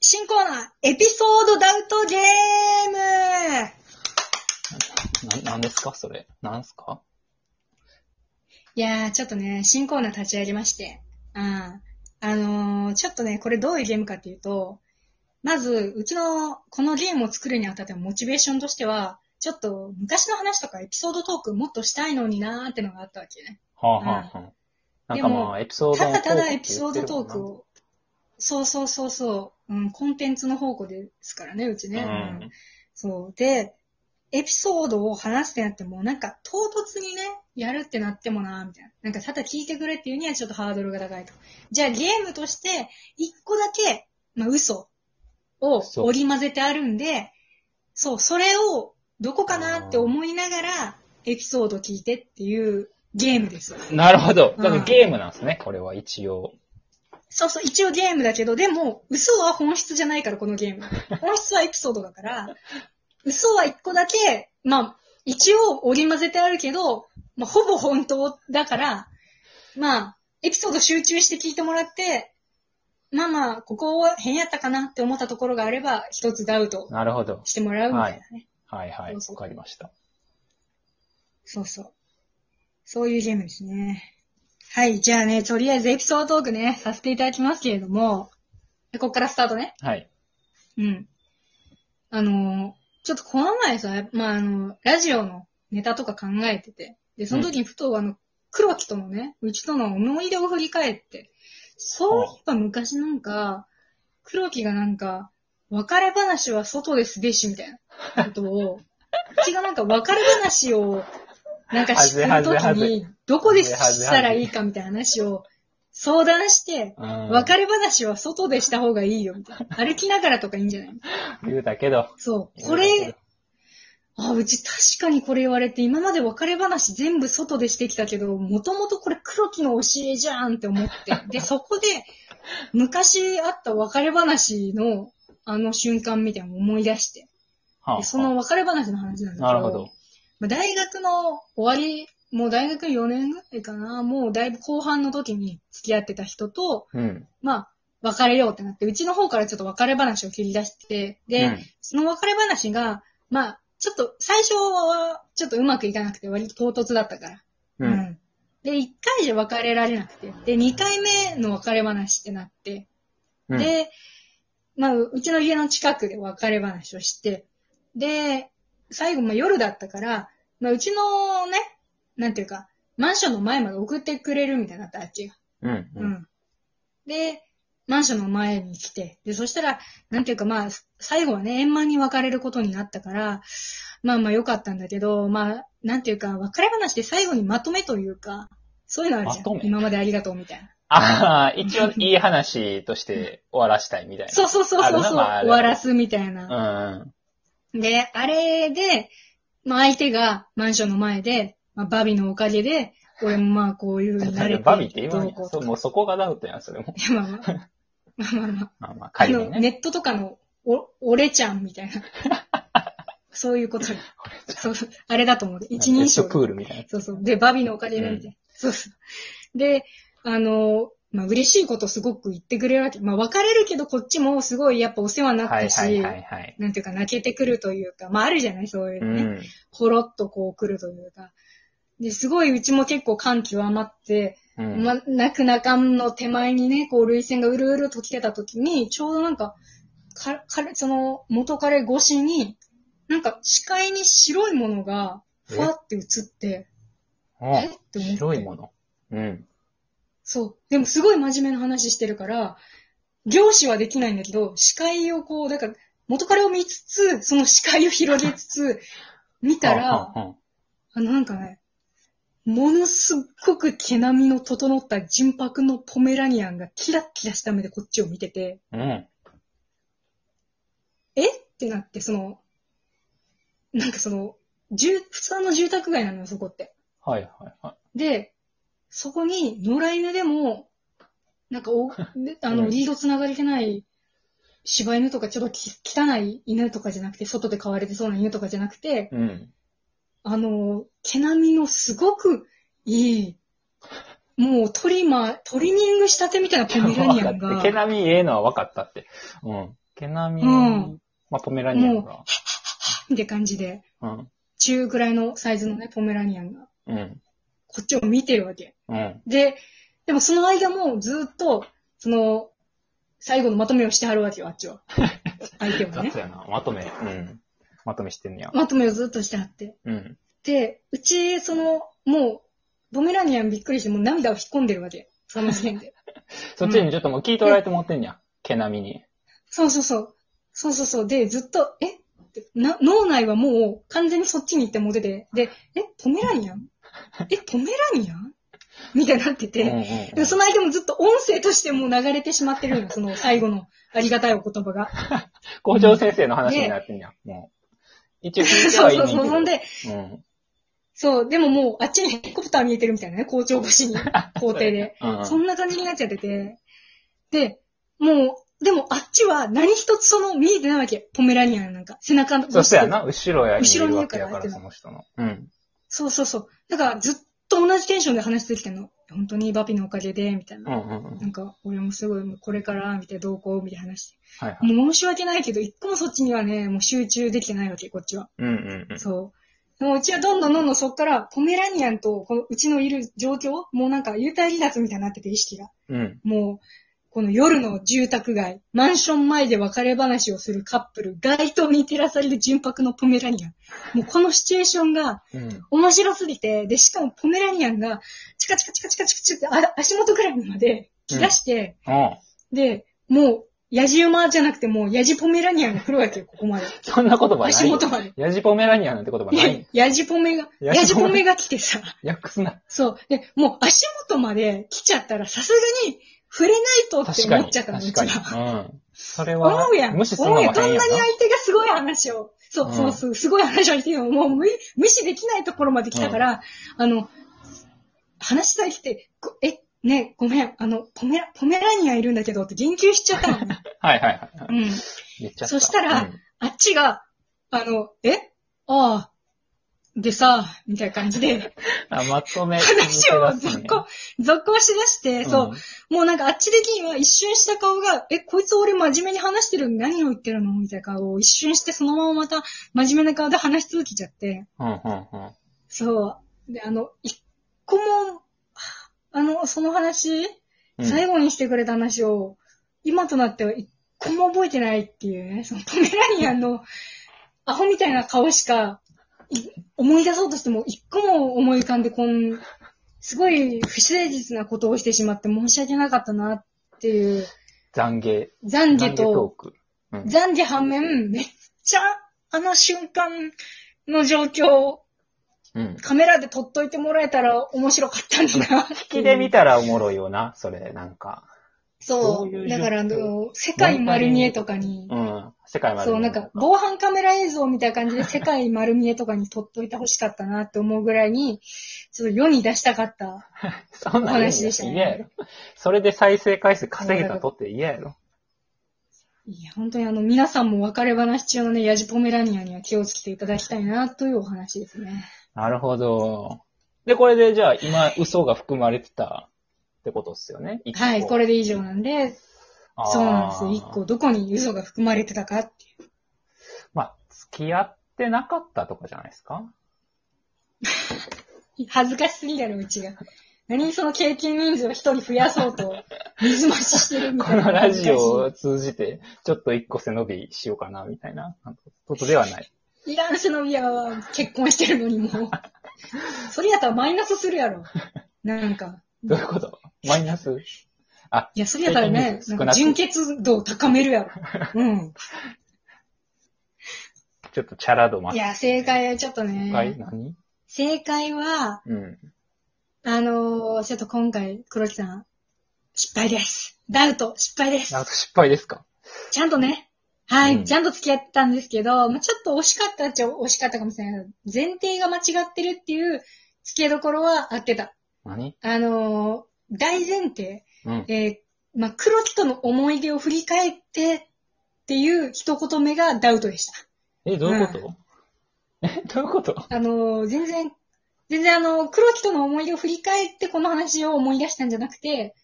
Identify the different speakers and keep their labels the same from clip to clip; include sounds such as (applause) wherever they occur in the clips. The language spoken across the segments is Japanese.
Speaker 1: 新コーナー、エピソードダウトゲーム
Speaker 2: な、なんですかそれ。なんすか
Speaker 1: いやー、ちょっとね、新コーナー立ち上げまして。あーあのー、ちょっとね、これどういうゲームかっていうと、まず、うちの、このゲームを作るにあたってのモチベーションとしては、ちょっと昔の話とかエピソードトークもっとしたいのになーってのがあったわけね。
Speaker 2: はあ、はあ、はあ。なん
Speaker 1: で
Speaker 2: か
Speaker 1: も
Speaker 2: まあ、エピソード
Speaker 1: た
Speaker 2: トーク
Speaker 1: だ
Speaker 2: って
Speaker 1: ただ
Speaker 2: 言
Speaker 1: エ
Speaker 2: っ
Speaker 1: ピ
Speaker 2: てる
Speaker 1: ソ
Speaker 2: も
Speaker 1: ー
Speaker 2: んな
Speaker 1: ドトークを、そうそうそうそう、うん、コンテンツの宝庫ですからね、うちね。うんそう。で、エピソードを話すってなっても、なんか唐突にね、やるってなってもな、みたいな。なんかただ聞いてくれっていうにはちょっとハードルが高いと。じゃあゲームとして、一個だけ、まあ嘘を
Speaker 2: そう
Speaker 1: 織り交ぜてあるんで、そう、それをどこかなって思いながら、エピソード聞いてっていうゲームです。
Speaker 2: うん。なるほど。だから
Speaker 1: うん
Speaker 2: ゲームなんですね、これは一応。
Speaker 1: そうそう、一応ゲームだけど、でも、嘘は本質じゃないから、このゲーム。本質はエピソードだから、嘘は一個だけ、まあ、一応織り交ぜてあるけど、まあ、ほぼ本当だから、まあ、エピソード集中して聞いてもらって、まあまあ、ここ変やったかなって思ったところがあれば、一つダウト
Speaker 2: なるほど。
Speaker 1: してもらうみたいなね。
Speaker 2: はいはい。
Speaker 1: そうそう
Speaker 2: わかりました。
Speaker 1: そうそう。そういうゲームですね。はい、じゃあね、とりあえずエピソードトークね、させていただきますけれども、でこっからスタートね。
Speaker 2: はい。
Speaker 1: うん。あのー、ちょっとこの前さ、まあ、あの、ラジオのネタとか考えてて、で、その時にふと、あの、黒木とのね、うちとの思い出を振り返って、そういえば昔なんか、黒木がなんか、別れ話は外ですべしみたいなことを、 (laughs) うちがなんか別れ話を、なんかするとき
Speaker 2: はずはず
Speaker 1: に、どこでしたらいいかみたいな話を相談して、
Speaker 2: うん。
Speaker 1: 別れ話は外でした方がいいよ、みたい
Speaker 2: (laughs)
Speaker 1: な。歩きながらとかいいんじゃない
Speaker 2: 言うたけど。
Speaker 1: そう。こ
Speaker 2: 言う
Speaker 1: れ、あ、うち確かにこれ言われて、今まで別れ話全部外でしてきたけど、もともとこれ黒木の教えじゃんって思って。
Speaker 2: (laughs)
Speaker 1: で、そこで、昔あった別れ話の、あの瞬間みたいなのを思い出して。
Speaker 2: たけどはあはあ
Speaker 1: でその別れ話の話なんだけど。
Speaker 2: なるほど。
Speaker 1: まあ大学の終わり、もう大学4年ぐらいかな、もうだいぶ後半の時に付き合ってた人と、
Speaker 2: うん。
Speaker 1: まあ、別れようってなって、うちの方からちょっと別れ話を切り出して、で、
Speaker 2: うん
Speaker 1: その別れ話が、まあ、ちょっと、最初は、ちょっとうまくいかなくて、割と唐突だったから。
Speaker 2: うん。
Speaker 1: で、1回じゃ別れられなくて、で、2回目の別れ話ってなって、
Speaker 2: うん、
Speaker 1: で、まあ、うちの家の近くで別れ話をして、で、最後、まあ、夜だったから、まあ、うちのね、なんていうか、マンションの前まで送ってくれるみたいになった、あっちが。
Speaker 2: うん。
Speaker 1: う
Speaker 2: うん。
Speaker 1: ん。で、マンションの前に来て、で、そしたら、なんていうかまあ、最後はね、円満に別れることになったから、まあまあ良かったんだけど、まあ、なんていうか、別れ話で最後にまとめというか、そういうのあるじゃ
Speaker 2: まとめ
Speaker 1: ん。今までありがとうみたいな。
Speaker 2: ああ、一応いい話として終わらしたいみたいな。
Speaker 1: そうそうそうそうそう、
Speaker 2: あるなまあある
Speaker 1: 終わらすみたいな。
Speaker 2: うん。
Speaker 1: で、あれで、まあ相手がマンションの前で、まあバビのおかげで、俺もまあこういう風になれて、
Speaker 2: バビって言わん
Speaker 1: ど
Speaker 2: や
Speaker 1: うこう
Speaker 2: そ
Speaker 1: と
Speaker 2: う、
Speaker 1: か
Speaker 2: もうそこがダウトやん、それも。
Speaker 1: いやまあま
Speaker 2: (laughs)
Speaker 1: あ。まあまあまあ。
Speaker 2: まあまあ、
Speaker 1: あ
Speaker 2: 会
Speaker 1: の、
Speaker 2: 議ね。
Speaker 1: ネットとかの、お、俺ちゃんみたいな。 (laughs) そういうこと。そうそう。あれだと思う。一人
Speaker 2: 一
Speaker 1: 称
Speaker 2: 緒。クールみたい
Speaker 1: そうそう。で、バビのおかげなんで。そうそう。で、あの、まあ、嬉しいことすごく言ってくれるわけ。まあ、別れるけど、こっちもすごいやっぱお世話にな
Speaker 2: な。
Speaker 1: っ
Speaker 2: はい
Speaker 1: たし、
Speaker 2: はいはいはい。
Speaker 1: なんていうか泣けてくるというか、まあ、あるじゃないそういう
Speaker 2: う
Speaker 1: のね。
Speaker 2: ん。
Speaker 1: ほろっとこう来るというか。で、すごいうちも結構感極まって、
Speaker 2: うん。
Speaker 1: ま、泣く泣かんの手前にね、こう、涙腺がうるうると来てた時に、ちょうどなんか、か、彼、その、元彼越しに、なんか、視界に白いものが、
Speaker 2: え
Speaker 1: ふわって映って、
Speaker 2: うん
Speaker 1: えって思って。
Speaker 2: 白いもの。うん。
Speaker 1: そう。でも、すごい真面目な話してるから、凝視はできないんだけど、視界をこう、だから、元彼を見つつ、その視界を広げつつ、見たら、
Speaker 2: うんうんうん
Speaker 1: あの、なんかね、ものすっごく毛並みの整った純白のポメラニアンがキラッキラした目でこっちを見てて、
Speaker 2: うん。
Speaker 1: えってなって、その、なんかその、住普通の住宅街なのよ、そこって。
Speaker 2: はいはいはい。
Speaker 1: で、そこに野良犬でも、なんかお、
Speaker 2: (laughs)
Speaker 1: であ
Speaker 2: う
Speaker 1: の、
Speaker 2: ん
Speaker 1: リード繋がれてない柴犬とかちょっとき汚い犬とかじゃなくて、外で飼われてそうな犬とかじゃなくて、
Speaker 2: うん。
Speaker 1: あの、毛並みのすごくいい、もうトリマー、トリミングしたてみたいなポメラニアン
Speaker 2: 分か
Speaker 1: が
Speaker 2: って毛、並みええのは分かったって。うん。毛並み、
Speaker 1: うん
Speaker 2: まあ、ポメラニアンが。
Speaker 1: って感じで、
Speaker 2: うん。
Speaker 1: 中くらいのサイズのね、ポメラニアンが、
Speaker 2: うん。
Speaker 1: こっちを見てるわけ。
Speaker 2: うん。
Speaker 1: で、でもその間もずっと、その、最後のまとめをしてはるわけよ、あっちは。相手はね
Speaker 2: (laughs) 雑。やな。まとめ。うん。まとめしてんねや。
Speaker 1: まとめをずっとしてはって。
Speaker 2: うん。
Speaker 1: で、うち、その、もう、ポメラニアンびっくりして、もう涙を引っ込んでるわけ。その時点で。
Speaker 2: そっちにちょっともう聞い取られてもってんや。毛並みに。
Speaker 1: そうそうそう。そうそうそう。で、ずっと、えってな脳内はもう完全にそっちに行ってもうてて、で、えポメラニアンえポメラニアンみたいになってて、
Speaker 2: うんうん
Speaker 1: でその間もずっと音声としてもう流れてしまってるの、その最後のありがたいお言葉が。
Speaker 2: 校長先生の話になってんや。もう。一応聞いて
Speaker 1: そう
Speaker 2: はいい
Speaker 1: そう
Speaker 2: ね
Speaker 1: ん
Speaker 2: けど
Speaker 1: (laughs) そう。ほんで、
Speaker 2: うん。
Speaker 1: そう、でももうあっちにヘリコプター見えてるみたいなね、校長越しに、校庭で。
Speaker 2: うん。
Speaker 1: そんな感じになっちゃってて。で、もう、でもあっちは何一つその見えてないわけ。ポメラニアンなんか。背中の。
Speaker 2: そしたやな、後ろやにい
Speaker 1: 後ろ
Speaker 2: る
Speaker 1: にい
Speaker 2: わ
Speaker 1: るか
Speaker 2: け
Speaker 1: ら
Speaker 2: やから、その人の。うん。
Speaker 1: そうそうそう。だからずっと同じテンションで話し続けてんの。本当にバピのおかげで、みたい
Speaker 2: うん
Speaker 1: な。
Speaker 2: うんうん。
Speaker 1: なんか、俺もすごい、もうこれから、みたいな、どうこう、みたいな話して。
Speaker 2: はいはい。
Speaker 1: もう申し訳ないけど、一個もそっちにはね、もう集中できてないわけ、こっちは。
Speaker 2: うんうんうん。
Speaker 1: そう。もううちはどんどんどんどんそっから、ポメラニアンと、このうちのいる状況、もうなんか、幽体離脱みたいになってて、意識が。
Speaker 2: うん。
Speaker 1: もう、この夜の住宅街、マンション前で別れ話をするカップル、街灯に照らされる純白のポメラニアン。もうこのシチュエーションが、
Speaker 2: うん。
Speaker 1: 面白すぎて、で、しかもポメラニアンが、チカチカチカチカチカチカってあ足元くらいまで来だして、
Speaker 2: うん。
Speaker 1: で、もう、ヤジ馬じゃなくてもう、ヤジポメラニアンが来るわけよ、ここ
Speaker 2: (laughs)
Speaker 1: まで。
Speaker 2: そんな言葉ない。
Speaker 1: 足元まで。
Speaker 2: ヤジポメラニアンなんて言葉ない。
Speaker 1: ヤジポメが、
Speaker 2: ヤジ
Speaker 1: ヤジポ
Speaker 2: ポメ
Speaker 1: メが来てさ、
Speaker 2: 訳すな。
Speaker 1: そう。で、もう足元まで来ちゃったら、さすがに触れないとって
Speaker 2: 確か
Speaker 1: 思っ
Speaker 2: に。
Speaker 1: ちゃったの、うち
Speaker 2: 確かに。
Speaker 1: は。
Speaker 2: うん。それは
Speaker 1: 思うやん。、
Speaker 2: 無視する
Speaker 1: 思
Speaker 2: の
Speaker 1: うや
Speaker 2: も
Speaker 1: ん。ど
Speaker 2: 変
Speaker 1: ん
Speaker 2: や
Speaker 1: なに
Speaker 2: な。
Speaker 1: 相手がすごい話を、そう、
Speaker 2: うん
Speaker 1: そうそう、すごい話をしても、もう無無視できないところまで来たから、あの、話したいって、ごえ、ね、ごめん、あの、ポメラ、ポメラニアンいるんだけどって言及しちゃ (laughs) ったのね。
Speaker 2: はいはいは
Speaker 1: う
Speaker 2: い。
Speaker 1: ん。
Speaker 2: 言っちゃった。
Speaker 1: そしたら
Speaker 2: うん
Speaker 1: あっちが、あの、えああ、でさ、みたいな感じで、
Speaker 2: あ、まとめ。
Speaker 1: 話を続行
Speaker 2: こ、
Speaker 1: 続行しだして、そう、。もうなんかあっち的には一瞬した顔が、え、こいつ俺真面目に話してるのに何を言ってるのみたいな顔を一瞬してそのまままた真面目な顔で話し続けちゃって。
Speaker 2: うんうんうん。
Speaker 1: そう。で、あの、一個も、あの、その話、
Speaker 2: うん
Speaker 1: 最後にしてくれた話を、今となっては一個も覚えてないっていうね、そのポメラニアンのアホみたいな顔しか、い思い出そうとしても一個も思い浮かんで、こん、すごい不誠実なことをしてしまって申し訳なかったなっていう、
Speaker 2: 懺悔。
Speaker 1: 懺悔
Speaker 2: ト
Speaker 1: と、
Speaker 2: ーク。うん
Speaker 1: 懺悔反面、めっちゃあの瞬間の状況を
Speaker 2: うん。
Speaker 1: カメラで撮っといてもらえたら面白かったんだな。
Speaker 2: (laughs) 引きで見たらおもろいよな、それ、なんか。
Speaker 1: そ
Speaker 2: そう
Speaker 1: う。
Speaker 2: いう
Speaker 1: だ
Speaker 2: 状況
Speaker 1: から、あの、世界丸見えとかに、
Speaker 2: うん。世界まで。
Speaker 1: そう、なんか、、防犯カメラ映像みたいな感じで世界丸見えとかに撮っといてほしかったなって思うぐらいに、ちょっと世に出したかった。
Speaker 2: そんな
Speaker 1: お
Speaker 2: ん言うんや
Speaker 1: 話でしたね
Speaker 2: 嫌やろ。それで再生回数稼げたとって嫌やろ。
Speaker 1: いや、本当にあの、皆さんも別れ話中のね、ヤジポメラニアには気をつけていただきたいなというお話ですね。
Speaker 2: なるほど。で、これでじゃあ今、嘘が含まれてたってことっすよね。
Speaker 1: はい、こ
Speaker 2: れ。
Speaker 1: れで以上なんで、
Speaker 2: あー
Speaker 1: そうなんですよ。一個、。どこに嘘が含まれてたかっていう。
Speaker 2: まあ、付き合ってなかったとかじゃないですか
Speaker 1: 恥ずかしすぎだろ、うちが。何その経験人数を一人増やそうと、水増ししてるみ
Speaker 2: こ
Speaker 1: たいな。
Speaker 2: のラジオ
Speaker 1: 恥ずか
Speaker 2: を通じて、ちょっと一個背伸びしようかな、みたいなことではない。
Speaker 1: しい。イランスのビアは結婚してるのにもう。それやったらマイナスするやろ。なんか。
Speaker 2: どういうことマイナス
Speaker 1: いや、それやったらね、な
Speaker 2: 経験人数少
Speaker 1: ん
Speaker 2: なく
Speaker 1: か純潔度を高めるやろ。うん。
Speaker 2: ちょっとチャラ度ま
Speaker 1: いや、正解はちょっと
Speaker 2: はい、
Speaker 1: ね。
Speaker 2: 何
Speaker 1: 正解は、
Speaker 2: うん。
Speaker 1: あのー、ちょっと今回、黒木さん、失敗です。ダウト、失敗です
Speaker 2: な。んと失敗ですか
Speaker 1: ちゃんとね、はい、
Speaker 2: うん
Speaker 1: ちゃんと付き合ってたんですけど、まあ、ちょっと惜しかったっちゃ惜しかったかもしれないけど、前提が間違ってるっていう付けどころは合ってた。
Speaker 2: 何
Speaker 1: あのー大前提、
Speaker 2: うん。
Speaker 1: えーまあ、黒木との思い出を振り返ってっていう一言目がダウトでした。
Speaker 2: え、どういうこと、え、どういうこと
Speaker 1: あのー全然、全然あのー黒木との思い出を振り返ってこの話を思い出したんじゃなくて、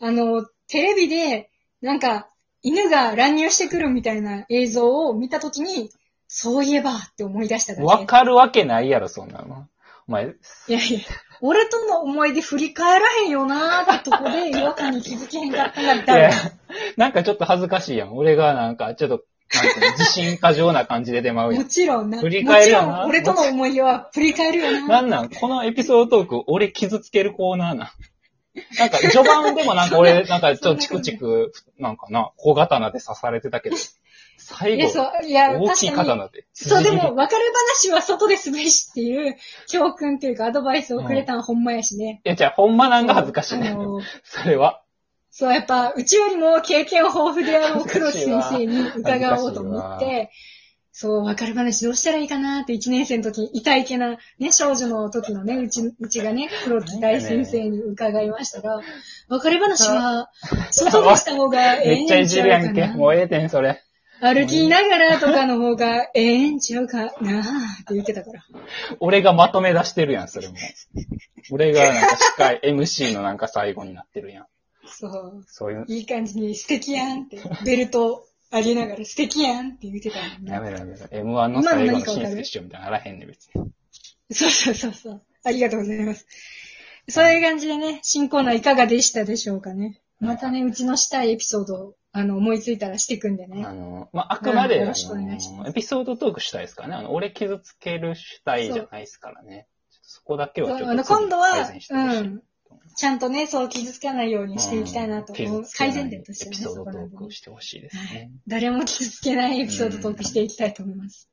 Speaker 1: あのーテレビで、なんか、犬が乱入してくるみたいな映像を見たときに、そういえばって思い出しただけ。
Speaker 2: (laughs) わかるわけないやろ、そんなの。お前、
Speaker 1: いやいや、俺との思い出振り返らへんよなーってとこで違和感に気づけへんかったんだった
Speaker 2: いや
Speaker 1: ら。
Speaker 2: なんかちょっと恥ずかしいやん。俺がなんか、ちょっと、なんていう
Speaker 1: (laughs)
Speaker 2: の自信過剰な感じで出てまうや
Speaker 1: も
Speaker 2: ん。
Speaker 1: ちろんな。
Speaker 2: 振り返るよな
Speaker 1: もちろん、俺との思い出は振り返るよ
Speaker 2: な
Speaker 1: な。
Speaker 2: んなんこのエピソードトーク、俺傷つけるコーナーなん。なんか、序盤でもなんか俺、なんかちょっとチクチク、なんかな、小刀で刺されてたけど、最
Speaker 1: いや、
Speaker 2: 後、
Speaker 1: そう、いや、
Speaker 2: 大きい
Speaker 1: 確かに。
Speaker 2: 刀で。
Speaker 1: そう、で
Speaker 2: 辻斬り
Speaker 1: も、別れ話は外ですべしっていう教訓っていうかアドバイスをくれたんほんまやしね。
Speaker 2: いや、じゃあ、ほんまなんか恥ずかしいね
Speaker 1: あ。のー
Speaker 2: それは。
Speaker 1: そう、やっぱ、うちよりも経験豊富であろう黒木先生に伺おうと思っ、
Speaker 2: 恥ずかして
Speaker 1: そう、別れ話どうしたらいいかなって1年生の時に、痛いけな、ね、少女の時のね、うち、うちがね、黒木大先生に伺いましたが、別れ話は、外でした方がええ
Speaker 2: め
Speaker 1: ん
Speaker 2: っ
Speaker 1: ち
Speaker 2: ち
Speaker 1: ゃ
Speaker 2: ゃ
Speaker 1: う
Speaker 2: いじるや
Speaker 1: か
Speaker 2: んけ。
Speaker 1: な。
Speaker 2: もうええてん、それ。
Speaker 1: 歩きながらとかの方がええんちゃうかなって言ってたから。
Speaker 2: 俺がまとめ出してるやん、それも。俺がなんか司会、MC のなんか最後になってるやん。
Speaker 1: そう。
Speaker 2: そういう。
Speaker 1: いい感じに素敵やんって、ベルト上げながら素敵やんって言ってたもんね
Speaker 2: や。めろやめろ。M1 の最後の新セッションみたいなのあらへんねん、別に。
Speaker 1: そうそうそうそう。ありがとうございます。そういう感じでね、新コーナーいかがでしたでしょうかね。またね、うちのしたいエピソードを、あの、思いついたらしていくんでね
Speaker 2: あ。の、まあ、あくまで、
Speaker 1: よ
Speaker 2: あ
Speaker 1: ろしくお願いしま
Speaker 2: の、エピソードトークしたいですからね。あの、俺傷つける主体じゃないですからね。ちょっとそこだけはちょっ
Speaker 1: そう
Speaker 2: と
Speaker 1: あの、
Speaker 2: 次
Speaker 1: 今度は
Speaker 2: 改善し、てほし
Speaker 1: う
Speaker 2: い
Speaker 1: ん。ちゃんとね、そう傷つかないようにしていきたいなと思う。改善点としてはね、
Speaker 2: エピソ
Speaker 1: そ
Speaker 2: ード
Speaker 1: こ
Speaker 2: ト
Speaker 1: なんで
Speaker 2: ー
Speaker 1: ね
Speaker 2: クしてほしいですね。
Speaker 1: 誰も傷つけないエピソードトークしていきたいと思います。